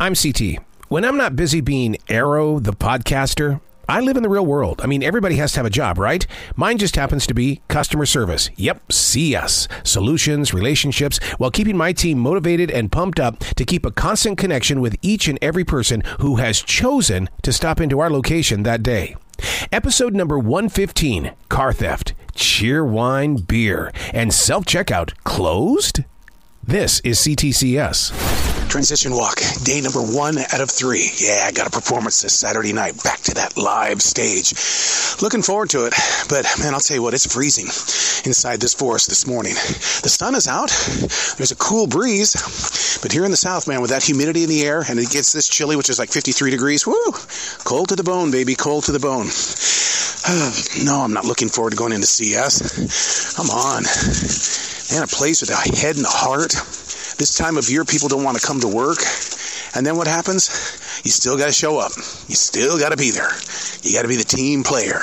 I'm CT. When I'm not busy being Arrow, the podcaster, I live in the real world. I mean, everybody has to have a job, right? Mine just happens to be customer service. Yep, CS. Solutions, relationships, while keeping my team motivated and pumped up to keep a constant connection with each and every person who has chosen to stop into our location that day. Episode number 115 Car Theft, Cheer Wine Beer, and Self Checkout Closed? This is CTCS. Transition walk, day number one out of three. Yeah, I got a performance this Saturday night. Back to that live stage. Looking forward to it, but man, I'll tell you what, it's freezing inside this forest this morning. The sun is out, there's a cool breeze, but here in the south, man, with that humidity in the air and it gets this chilly, which is like 53 degrees, woo! Cold to the bone, baby, cold to the bone. no, I'm not looking forward to going into CS. Come on. Man, a place with a head and a heart this time of year people don't want to come to work and then what happens you still got to show up you still got to be there you got to be the team player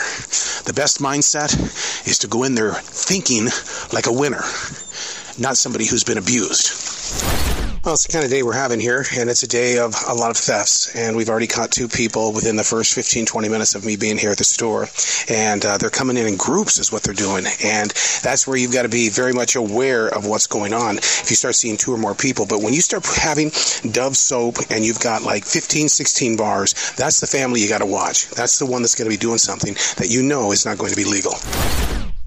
the best mindset is to go in there thinking like a winner not somebody who's been abused well, it's the kind of day we're having here, and it's a day of a lot of thefts. And we've already caught two people within the first 15, 20 minutes of me being here at the store. And uh, they're coming in in groups, is what they're doing. And that's where you've got to be very much aware of what's going on if you start seeing two or more people. But when you start having Dove soap and you've got like 15, 16 bars, that's the family you got to watch. That's the one that's going to be doing something that you know is not going to be legal.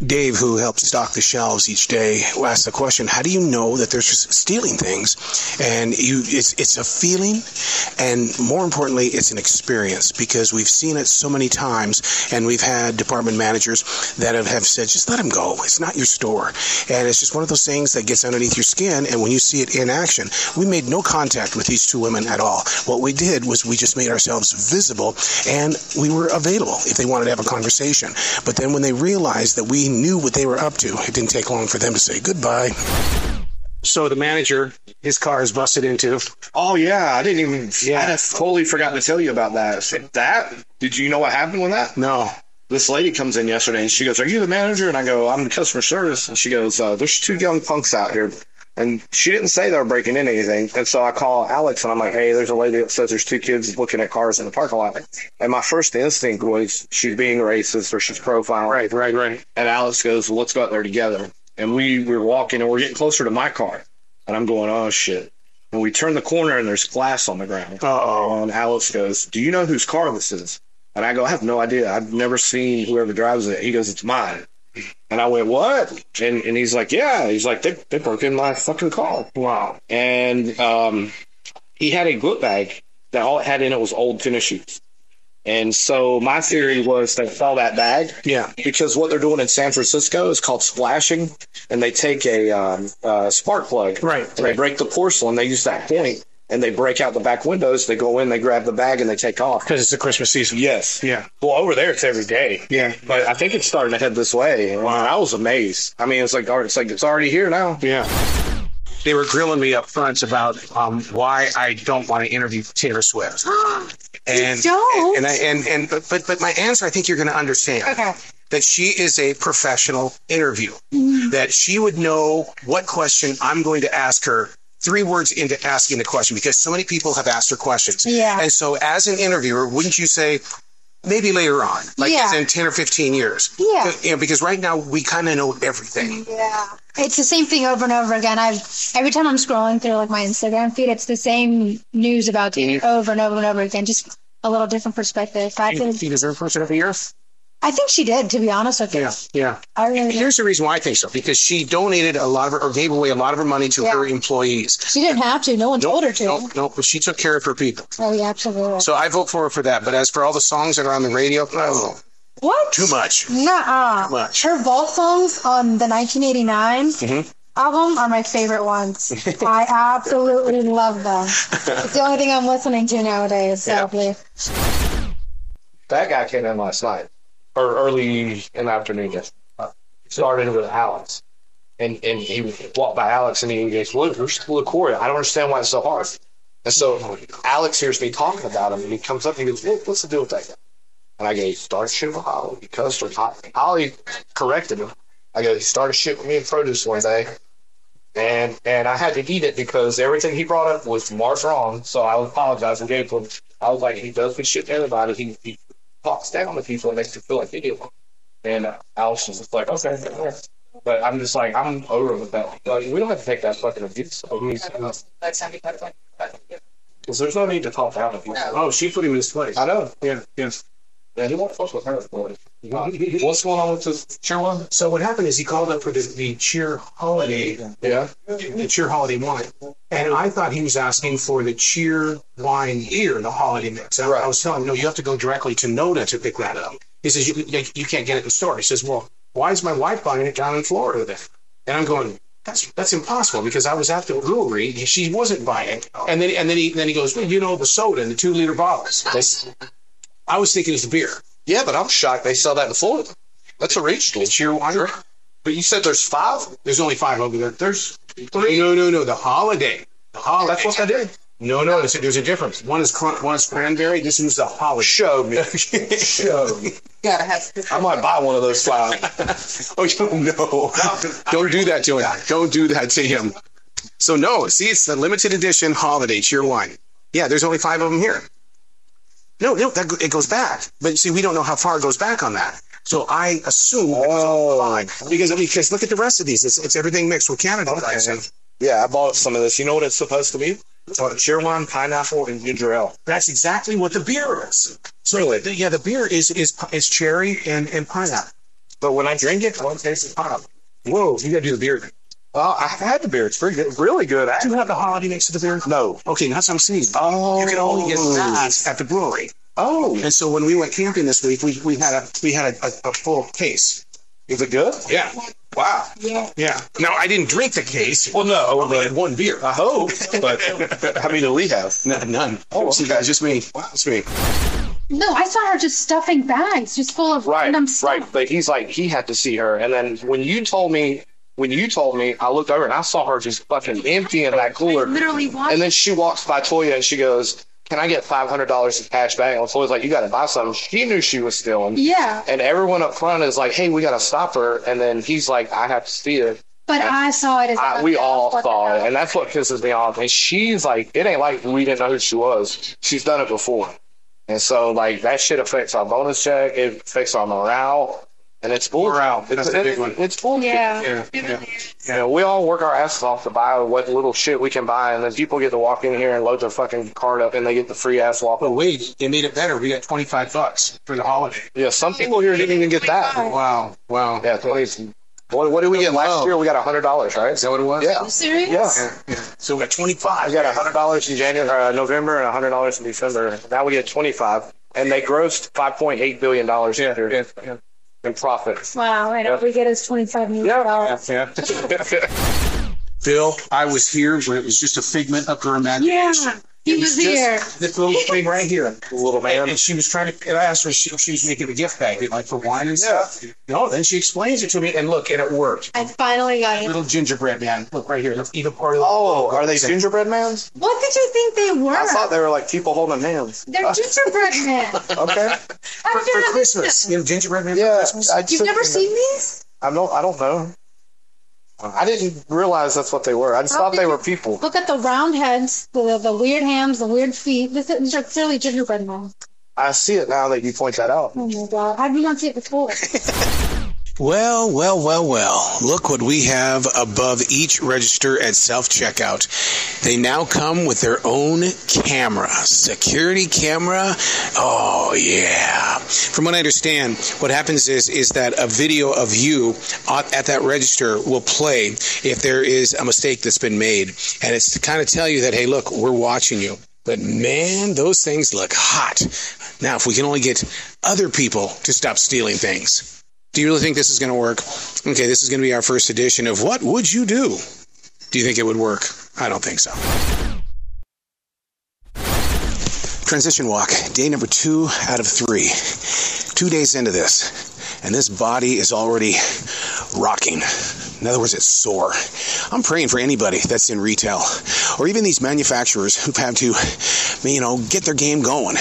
Dave, who helps stock the shelves each day, asks the question: How do you know that they're just stealing things? And you, it's it's a feeling, and more importantly, it's an experience because we've seen it so many times, and we've had department managers that have, have said, "Just let them go. It's not your store," and it's just one of those things that gets underneath your skin. And when you see it in action, we made no contact with these two women at all. What we did was we just made ourselves visible, and we were available if they wanted to have a conversation. But then when they realized that we knew what they were up to, it didn't take long for them to say goodbye. So the manager, his car is busted into. Oh yeah, I didn't even. Yeah, I Yeah. totally forgot to tell you about that. So That did you know what happened with that? No, This lady comes in yesterday and she goes, "Are you the manager?" And I go, "I'm the customer service." And she goes, uh, "There's two young punks out here." And she didn't say they were breaking in anything. And so I call Alex and I'm like, hey, there's a lady that says there's two kids looking at cars in the parking lot. And my first instinct was she's being racist or she's profiling. right, right, right. And Alex goes, well, let's go out there together. And we were walking and we're getting closer to my car. And I'm going, oh, shit. And we turn the corner and there's glass on the ground. Uh oh. And Alex goes, do you know whose car this is? And I go, I have no idea. I've never seen whoever drives it. He goes, it's mine. And I went, what? And, and he's like, yeah. He's like, they, they broke in my fucking car. Wow. And um, he had a book bag that all it had in it was old tennis shoes. And so my theory was they saw that bag Yeah. because what they're doing in San Francisco is called splashing, and they take a um, uh, spark plug, Right, And they right. break the porcelain. They use that point, and they break out the back windows. They go in, they grab the bag, and they take off. Because it's the Christmas season. Yes. Yeah. Well, over there it's every day, Yeah. but I think it's starting to head this way. Wow. I was amazed. I mean, it's like it's like it's already here now. Yeah. They were grilling me up front about um, why I don't want to interview Taylor Swift. And, don't? And, I, and and but but but my answer, I think you're going to understand. Okay. That she is a professional interview. Mm-hmm. That she would know what question I'm going to ask her three words into asking the question because so many people have asked her questions. Yeah. And so as an interviewer, wouldn't you say maybe later on, like Yeah. in 10 or 15 years? Yeah. You know, because right now we kind of know everything. Yeah. It's the same thing over and over again. I've every time I'm scrolling through like my Instagram feed, it's the same news about Mm-hmm. it over and over and over again. Just a little different perspective. I, did, She deserves person of the year. I think she did, to be honest with you. Yeah, yeah. I really did. Here's the reason why I think so because she donated a lot of her, or gave away a lot of her money to Yeah. her employees. She didn't have to. No one told her to. No, no, but she took care of her people. Oh, yeah, absolutely. So I vote for her for that. But as for all the songs that are on the radio, oh, what? too much. Nuh-uh. Too much. Mm-hmm. Her vault songs on the 1989 album are my favorite ones. I absolutely love them. It's the only thing I'm listening to nowadays. So That guy came in last night, or early in the afternoon. Yes, started with Alex, and and he walked by Alex, and he goes, "Look, where's LaCoria? I don't understand why it's so hard." And so Alex hears me talking about him, and he comes up and he goes, "Look, what's the deal with that guy?" And I go, "He started shit with Holly because Holly corrected him." I go, "He started shit with me in produce one day." and and I had to eat it because everything he brought up was marked wrong. So I apologized and gave him. I was like, he does good shit to everybody. He, he talks down to people and makes them feel like idiots. And uh, Allison's just like, okay, yeah. but I'm just like, I'm over with that. Like, we don't have to take that fucking abuse. I mean, Because there's no need to talk down to people. Oh, she put him in his place. I know. Yeah, yes. Yeah, he won't fuck with her. boy. What's going on with this cheer one? So what happened is he called up for the, the cheer holiday, Yeah. the cheer holiday wine, and I thought he was asking for the cheer wine here, the holiday mix. And I Right. was telling him, no, you have to go directly to Noda to pick that up. He says you you you can't get it in the store. He says, well, why is my wife buying it down in Florida then? And I'm going. That's that's impossible because I was at the brewery. She wasn't buying it, and then and then he then he goes, well, you know, the soda, the two liter bottles. That's- I was thinking it's beer. Yeah, but I'm shocked they sell that in Florida. That's a regional. Cheer wine. But you said there's five? There's only five over there. There's three. No, no, no. The holiday. The holiday. That's what I did. No, no. There's a, there's a difference. One is cran- one is cranberry. This one's the holiday. Show me. Show me. Gotta have. I might buy one of those five. Oh no! Don't do that to him. Don't do that to him. So no. See, it's the limited edition holiday cheer wine. Yeah, there's only five of them here. No, no. That, it goes back. But see, we don't know how far it goes back on that. So I assume Oh, because because look at the rest of these. It's, it's everything mixed with Canada. Okay. yeah, I bought some of this. You know what it's supposed to be? Uh, Cheer wine, pineapple, and ginger ale. That's exactly what the beer is. So Really? the- yeah, the beer is is is cherry and and pineapple. But when I drink it, one taste is pineapple. Whoa, you gotta do the beer. Well, I've had the beer. It's pretty good. Really Do good. you actually. have the holiday next to the beer? No. Okay, that's what I'm saying. Oh. You can only get that at the brewery. Oh. And so when we went camping this week, we, we had a we had a, a, a full case. Is it good? Yeah, Wow. yeah. Now I didn't drink the case. Well, no, I but had one beer. I hope. But how many do we have? N- none. Oh, See, okay. guys, just me. Just me. No, I saw her just stuffing bags just full of Right, random stuff. right. But he's like, he had to see her. And then when you told me, when you told me, I looked over and I saw her just fucking emptying that cooler. Literally watched. And then she walks by Toya and she goes, "Can I get five hundred dollars in cash back?" And Toya's like, "You got to buy something." She knew she was stealing. yeah, And everyone up front is like, "Hey, we got to stop her." And then he's like, "I have to see it." but I saw it Uh, as I, we all What the saw it, hell? and that's what pisses me off. And she's like, "It ain't like we didn't know who she was. She's done it before." And so, like that shit affects our bonus check. It affects our morale, and it's bullshit. Morale, It's, that's a big it- one. It's bullshit. Yeah. Yeah, yeah. You know, we all work our asses off to buy what little shit we can buy, and then people get to walk in here and load their fucking card up, and they get the free ass walk. But wait, they made it better. We got twenty five bucks for the holiday. Yeah, some people here didn't even get that. Wow, wow. Yeah, twenty. What, what did we get last Oh. year? We got a hundred dollars, right? Is that what it was? Oh. Yeah, You serious? yeah. So we got twenty five. We got a hundred dollars in January, uh, November, and a hundred dollars in December. Now we get twenty five, and they grossed five point eight billion dollars Yeah, yeah, yeah. in profits. Wow, and all we get is twenty-five million dollars. Yeah. Bill, I was here when it was just a figment of her Yeah, imagination. he was just here. This little thing right here. Little man. And she was trying to, and I asked her if she, if she was making a gift packet, like for wine and stuff. No, then she explains it to me, and look, and it worked. I finally got it. Little gingerbread man. Look right here. Look, eat a part of Oh, are they gingerbread mans? What did you think they were? I thought they were like people holding hands. They're gingerbread men. Okay. for, I've for never Christmas. seen You them. know, gingerbread man for Yeah. Christmas. I You've took- never seen these? I don't. I don't know. I didn't realize that's what they were. I just How thought they did were you- people. Look at the round heads, the the weird hams, the weird feet. This is, these are clearly gingerbread men. I see it now that you point that out. Oh my god, how did you not see it before? Well, well, well, well. Look what we have above each register at self checkout. They now come with their own camera, security camera. Oh yeah. From what I understand, what happens is is that a video of you at at that register will play if there is a mistake that's been made, and it's to kind of tell you that hey, look, we're watching you. But man, those things look hot. Now, if we can only get other people to stop stealing things. Do you really think this is going to work? Okay, this is going to be our first edition of What Would You Do? Do you think it would work? I don't think so. Transition walk, day number two out of three. Two days into this, and this body is already rocking. In other words, it's sore. I'm praying for anybody that's in retail, or even these manufacturers who've had to, you know, get their game going.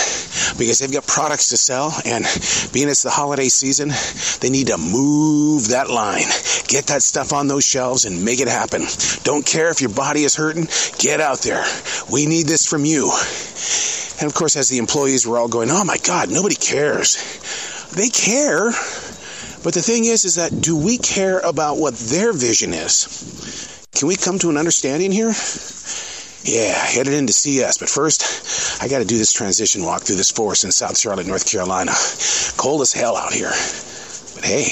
because they've got products to sell. And being it's the holiday season, they need to move that line. Get that stuff on those shelves and make it happen. Don't care if your body is hurting, get out there. We need this from you. And of course, as the employees were all going, oh my God, nobody cares. They care. But the thing is, is that do we care about what their vision is? Can we come to an understanding here? Yeah, headed into CS, but first, I gotta do this transition walk through this forest in South Charlotte, North Carolina. Cold as hell out here. But hey,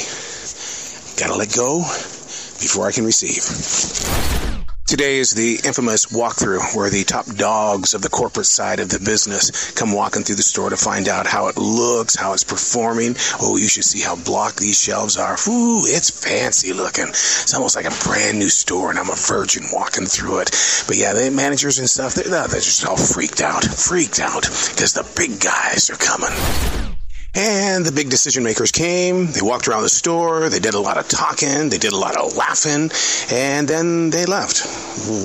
gotta let go before I can receive. Today is the infamous walkthrough where the top dogs of the corporate side of the business come walking through the store to find out how it looks, how it's performing. Oh, you should see how blocked these shelves are. Ooh, it's fancy looking. It's almost like a brand new store, and I'm a virgin walking through it. But yeah, the managers and stuff, they're, they're just all freaked out, freaked out, because the big guys are coming. And the big decision makers came. They walked around the store. They did a lot of talking. They did a lot of laughing. And then they left.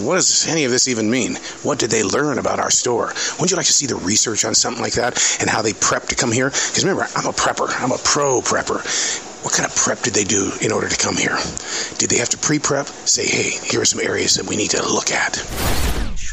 What does any of this even mean? What did they learn about our store? Wouldn't you like to see the research on something like that and how they prep to come here? Because remember, I'm a prepper, I'm a pro prepper what kind of prep did they do in order to come here? Did they have to pre prep? Say, hey, here are some areas that we need to look at.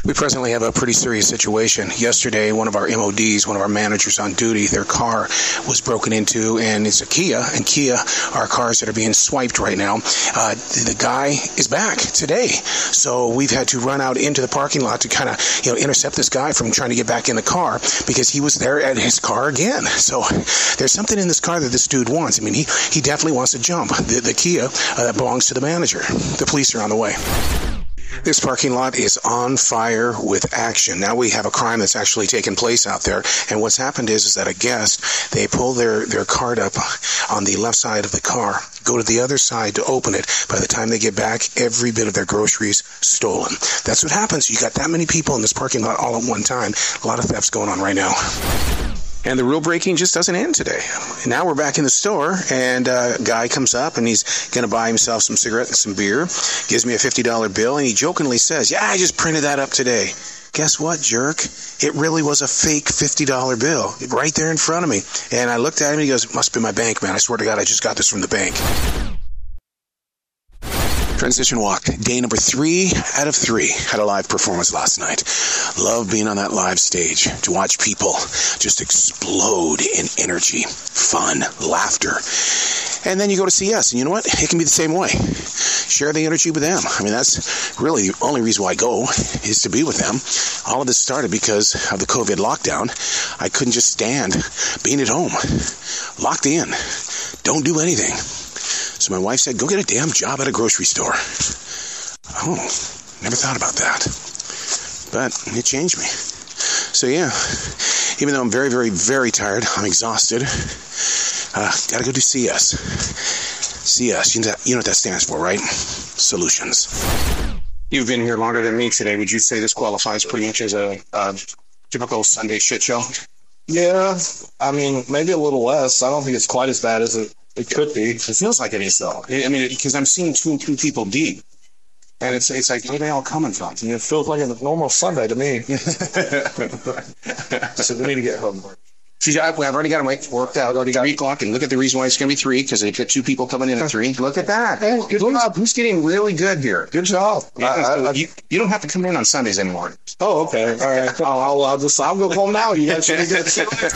We presently have a pretty serious situation. Yesterday, one of our MODs, one of our managers on duty, their car was broken into, and it's a Kia. And Kia are cars that are being swiped right now. Uh, the guy is back today, so we've had to run out into the parking lot to kind of, you know, intercept this guy from trying to get back in the car because he was there at his car again. So there's something in this car that this dude wants. I mean, he he definitely wants to jump. The, the Kia uh, that belongs to the manager. The police are on the way. This parking lot is on fire with action. Now we have a crime that's actually taken place out there. And what's happened is, is that a guest, they pull their, their card up on the left side of the car, go to the other side to open it. By the time they get back, every bit of their groceries stolen. That's what happens. You got that many people in this parking lot all at one time. A lot of thefts going on right now. And the rule breaking just doesn't end today. Now we're back in the store, and a guy comes up and he's going to buy himself some cigarette and some beer. Gives me a $50 bill, and he jokingly says, Yeah, I just printed that up today. Guess what, jerk? It really was a fake $50 bill right there in front of me. And I looked at him, and he goes, Must be my bank, man. I swear to God, I just got this from the bank. Transition Walk, day number three out of three. Had a live performance last night. Love being on that live stage to watch people just explode in energy, fun, laughter. And then you go to CS, and you know what? It can be the same way. Share the energy with them. I mean, that's really the only reason why I go is to be with them. All of this started because of the COVID lockdown. I couldn't just stand being at home, locked in, don't do anything. So my wife said, Go get a damn job at a grocery store. Oh, never thought about that. But it changed me. So yeah, even though I'm very, very, very tired, I'm exhausted. Uh, gotta go do CS. CS, you know, that, you know what that stands for, right? Solutions. You've been here longer than me today. Would you say this qualifies pretty much as a, a typical Sunday shit show? Yeah, I mean, maybe a little less. I don't think it's quite as bad as it it could be. It feels like it is though. I mean, because I'm seeing two and two people deep, and it's it's like where are they all coming from? And it feels like a normal Sunday to me. so we need to get home. See, I've, I've already got them worked out. Already got three o'clock, and look at the reason why it's going to be three because they've got two people coming in at three. Look at that. Hey, good look job. Who's getting really good here? Good job. Yeah, I, I, you, you, don't have to come in on Sundays anymore. Oh, okay. All right. I'll, I'll, I'll just I'll go home now. You guys should good.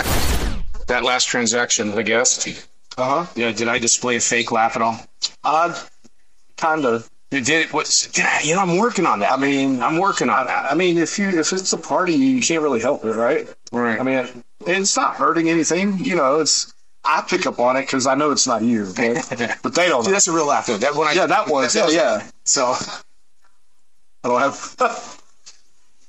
that last transaction, I guess. Uh huh. Yeah. Did I display a fake laugh at all? Uh, kind of. Did it? What? You know, I'm working on that. I mean, I'm working on that. I mean, if you if it's a party, you can't really help it, right? Right. I mean, it's not hurting anything. You know, it's. I pick up on it because I know it's not you, but, but they don't. See, that's a real laugh though. That one. I, yeah, that was. Yeah, yeah. So. I don't have.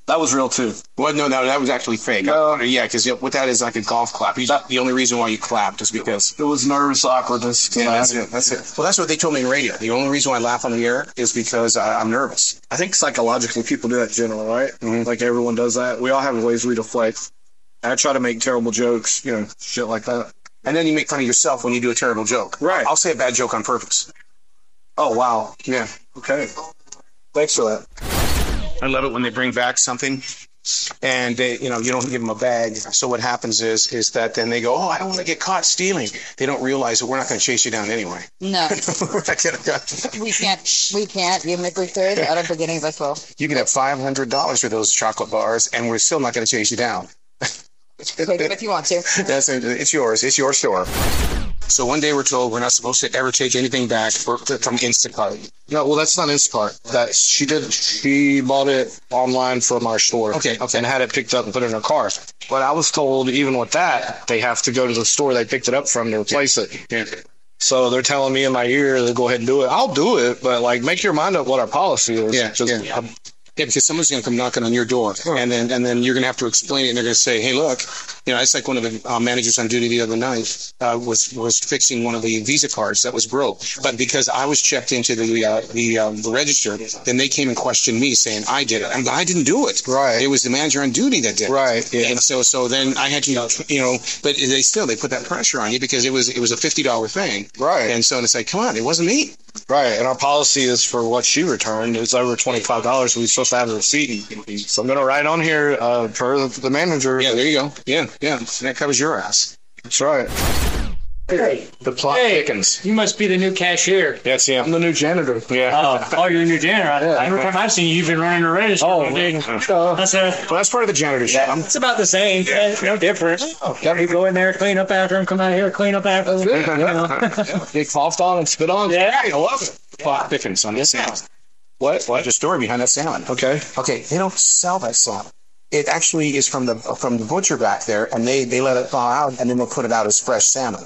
That was real too. Well, no, no, that was actually fake. No. I, yeah, because what that is like a golf clap. You, that, the only reason why you clapped is because it was nervous awkwardness. Yeah, that's it. That's it. Well, that's what they told me in radio. The only reason why I laugh on the air is because I, am nervous. I think psychologically people do that in general, right? Mm-hmm. Like everyone does that. We all have ways we deflect. I try to make terrible jokes, you know, shit like that. And then you make fun of yourself when you do a terrible joke. Right. I'll say a bad joke on purpose. Oh wow. Yeah. Okay. Thanks for that. I love it when they bring back something and they, you know, you don't give them a bag. So what happens is, is that then they go, oh, I don't want to get caught stealing. They don't realize that we're not going to chase you down anyway. No, We're not gonna- we can't. We can't. Even if we could, I don't think any of us will. you could have five hundred dollars for those chocolate bars, and we're still not going to chase you down. Take them if you want to. That's it's yours. It's your store. So one day we're told we're not supposed to ever take anything back for, from Instacart. No, well that's not Instacart. That she did. She bought it online from our store. Okay, okay. And had it picked up and put it in her car. But I was told even with that they have to go to the store they picked it up from to replace it. So they're telling me in my ear to go ahead and do it. I'll do it, but like make your mind up what our policy is. Yeah, Just- um, yeah. Yeah, because someone's going to come knocking on your door, and then and then you're going to have to explain it, and they're going to say, "Hey, look, you know, it's like one of the uh, managers on duty the other night uh, was was fixing one of the Visa cards that was broke, but because I was checked into the uh, the, um, the register, then they came and questioned me, saying I did it, and I didn't do it. Right. It was the manager on duty that did it. Right, yeah. And so so then I had to, you know, but they still they put that pressure on you because it was it was a fifty dollar thing, Right. and so it's like, come on, it wasn't me. Right, and our policy is for what she returned is over twenty five dollars. We're supposed to have a receipt. So I'm gonna write on here uh, per the manager. Yeah, there you go. Yeah, yeah, and that covers your ass. that's right. The plot Hey. thickens. You must be the new cashier. That's him. I'm the new janitor. Yeah. Oh, oh, you're the new janitor. I, Yeah. Every time I've seen you, you've been running the register. Oh, all day. well, that's a. that's part of the janitor's job. It's about the same. It's No difference. Oh. Gotta go in there, clean up after him, come out here, clean up after him. They coughed on and spit on. Yeah. I love it. plot thickens on that salmon. What? There's What? a story behind that salmon. Okay. Okay, they don't sell that salmon. It actually is from the from the butcher back there, and they they let it thaw out, and then they put it out as fresh salmon.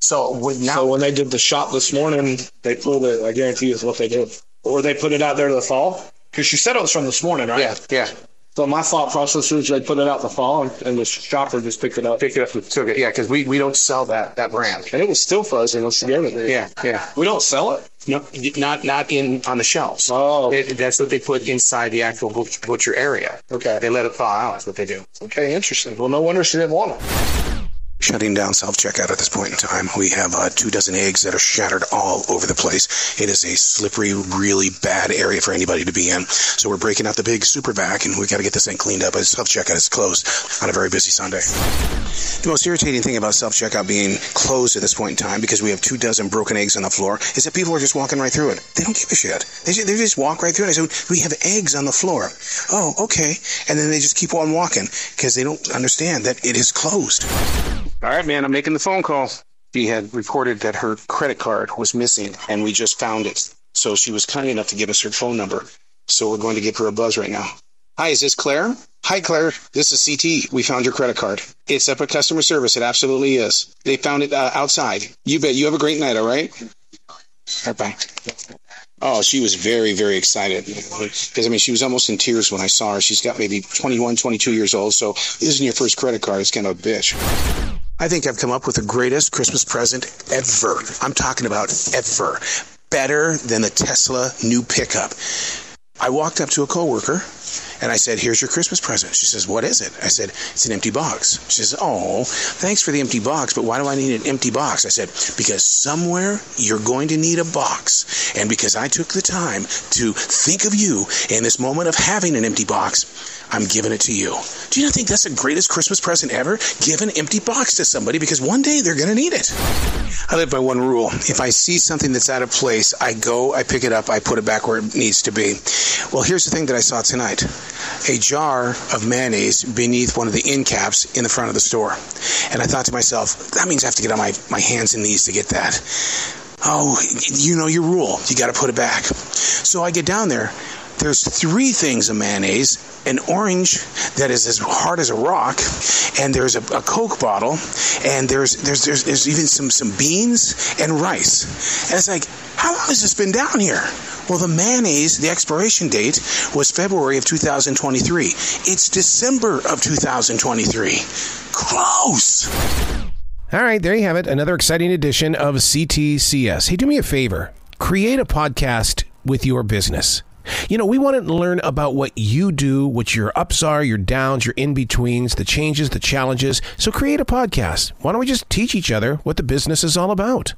So with now, So when they did the shop this morning, they pulled it. I guarantee you is what they did. Or they put it out there to the fall. Because she said it was from this morning, right? yeah, yeah, So my thought process is they put it out in the fall and, and the shopper just picked it up. Picked it up and took it. yeah, because we, we don't sell that that brand. And it was still fuzzy. Let's get it. Yeah, yeah. We don't sell it. No, not not in on the shelves. Oh. It, that's what they put inside the actual butch- butcher area. Okay. They let it thaw out. That's what they do. Okay, interesting. Well, no wonder she didn't want them. Shutting down self checkout at this point in time. We have uh, two dozen eggs that are shattered all over the place. It is a slippery, really bad area for anybody to be in. So we're breaking out the big super vac and we got to get this thing cleaned up. As self checkout is closed on a very busy Sunday. The most irritating thing about self checkout being closed at this point in time, because we have two dozen broken eggs on the floor, is that people are just walking right through it. They don't give a shit. They just, they just walk right through it. I said, We have eggs on the floor. Oh, okay. And then they just keep on walking because they don't understand that it is closed. All right, man, I'm making the phone call. She had reported that her credit card was missing, and we just found it. So she was kind enough to give us her phone number. So we're going to give her a buzz right now. Hi, is this Claire? Hi, Claire. This is CT. We found your credit card. It's up at customer service. It absolutely is. They found it uh, outside. You bet. You have a great night, all right? All right, bye. Oh, she was very, very excited. Because, I mean, she was almost in tears when I saw her. She's got maybe 21, 22 years old. So, this isn't your first credit card. It's kind of a bitch. I think I've come up with the greatest Christmas present ever. I'm talking about ever. Better than the Tesla new pickup. I walked up to a coworker and I said, Here's your Christmas present. She says, What is it? I said, It's an empty box. She says, Oh, thanks for the empty box, but why do I need an empty box? I said, Because somewhere you're going to need a box. And because I took the time to think of you in this moment of having an empty box, I'm giving it to you. Do you not think that's the greatest Christmas present ever? Give an empty box to somebody because one day they're going to need it. I live by one rule. If I see something that's out of place, I go, I pick it up, I put it back where it needs to be. Well, here's the thing that I saw tonight a jar of mayonnaise beneath one of the end caps in the front of the store. And I thought to myself, that means I have to get on my, my hands and knees to get that. Oh, you know your rule. You got to put it back. So I get down there. There's three things of mayonnaise an orange that is as hard as a rock, and there's a, a Coke bottle, and there's, there's, there's, there's even some, some beans and rice. And it's like, how long has this been down here? Well, the mayonnaise, the expiration date was February of 2023. It's December of 2023. Close. All right, there you have it. Another exciting edition of CTCS. Hey, do me a favor create a podcast with your business. You know, we want to learn about what you do, what your ups are, your downs, your in betweens, the changes, the challenges. So create a podcast. Why don't we just teach each other what the business is all about?